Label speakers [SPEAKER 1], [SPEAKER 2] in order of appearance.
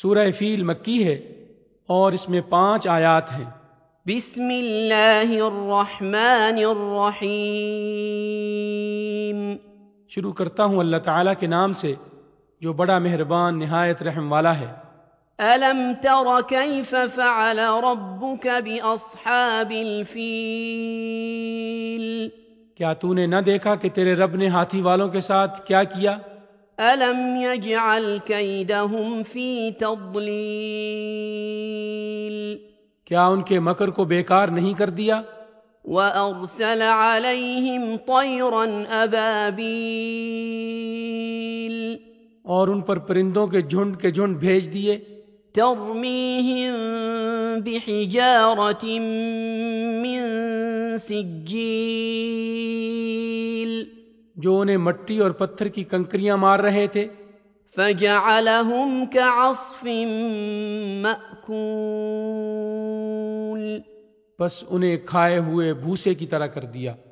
[SPEAKER 1] سورہ فیل مکی ہے اور اس میں پانچ آیات ہیں
[SPEAKER 2] بسم اللہ الرحمن الرحیم
[SPEAKER 1] شروع کرتا ہوں اللہ تعالیٰ کے نام سے جو بڑا مہربان نہایت رحم والا ہے
[SPEAKER 2] ألم تر كيف فعل ربك بأصحاب الفيل
[SPEAKER 1] کیا تو نے نہ دیکھا کہ تیرے رب نے ہاتھی والوں کے ساتھ کیا کیا
[SPEAKER 2] ألم يجعل كيدهم في تضليل
[SPEAKER 1] کیا ان کے مکر کو بیکار نہیں کر دیا
[SPEAKER 2] وأرسل عليهم طيرا أبابيل
[SPEAKER 1] اور ان پر پرندوں کے جھنڈ کے جھنڈ بھیج دیے
[SPEAKER 2] ترميهم بحجارة من سجيل
[SPEAKER 1] جو انہیں مٹی اور پتھر کی کنکریاں مار رہے تھے
[SPEAKER 2] فجعلهم كعصف مأكول
[SPEAKER 1] بس انہیں کھائے ہوئے بھوسے کی طرح کر دیا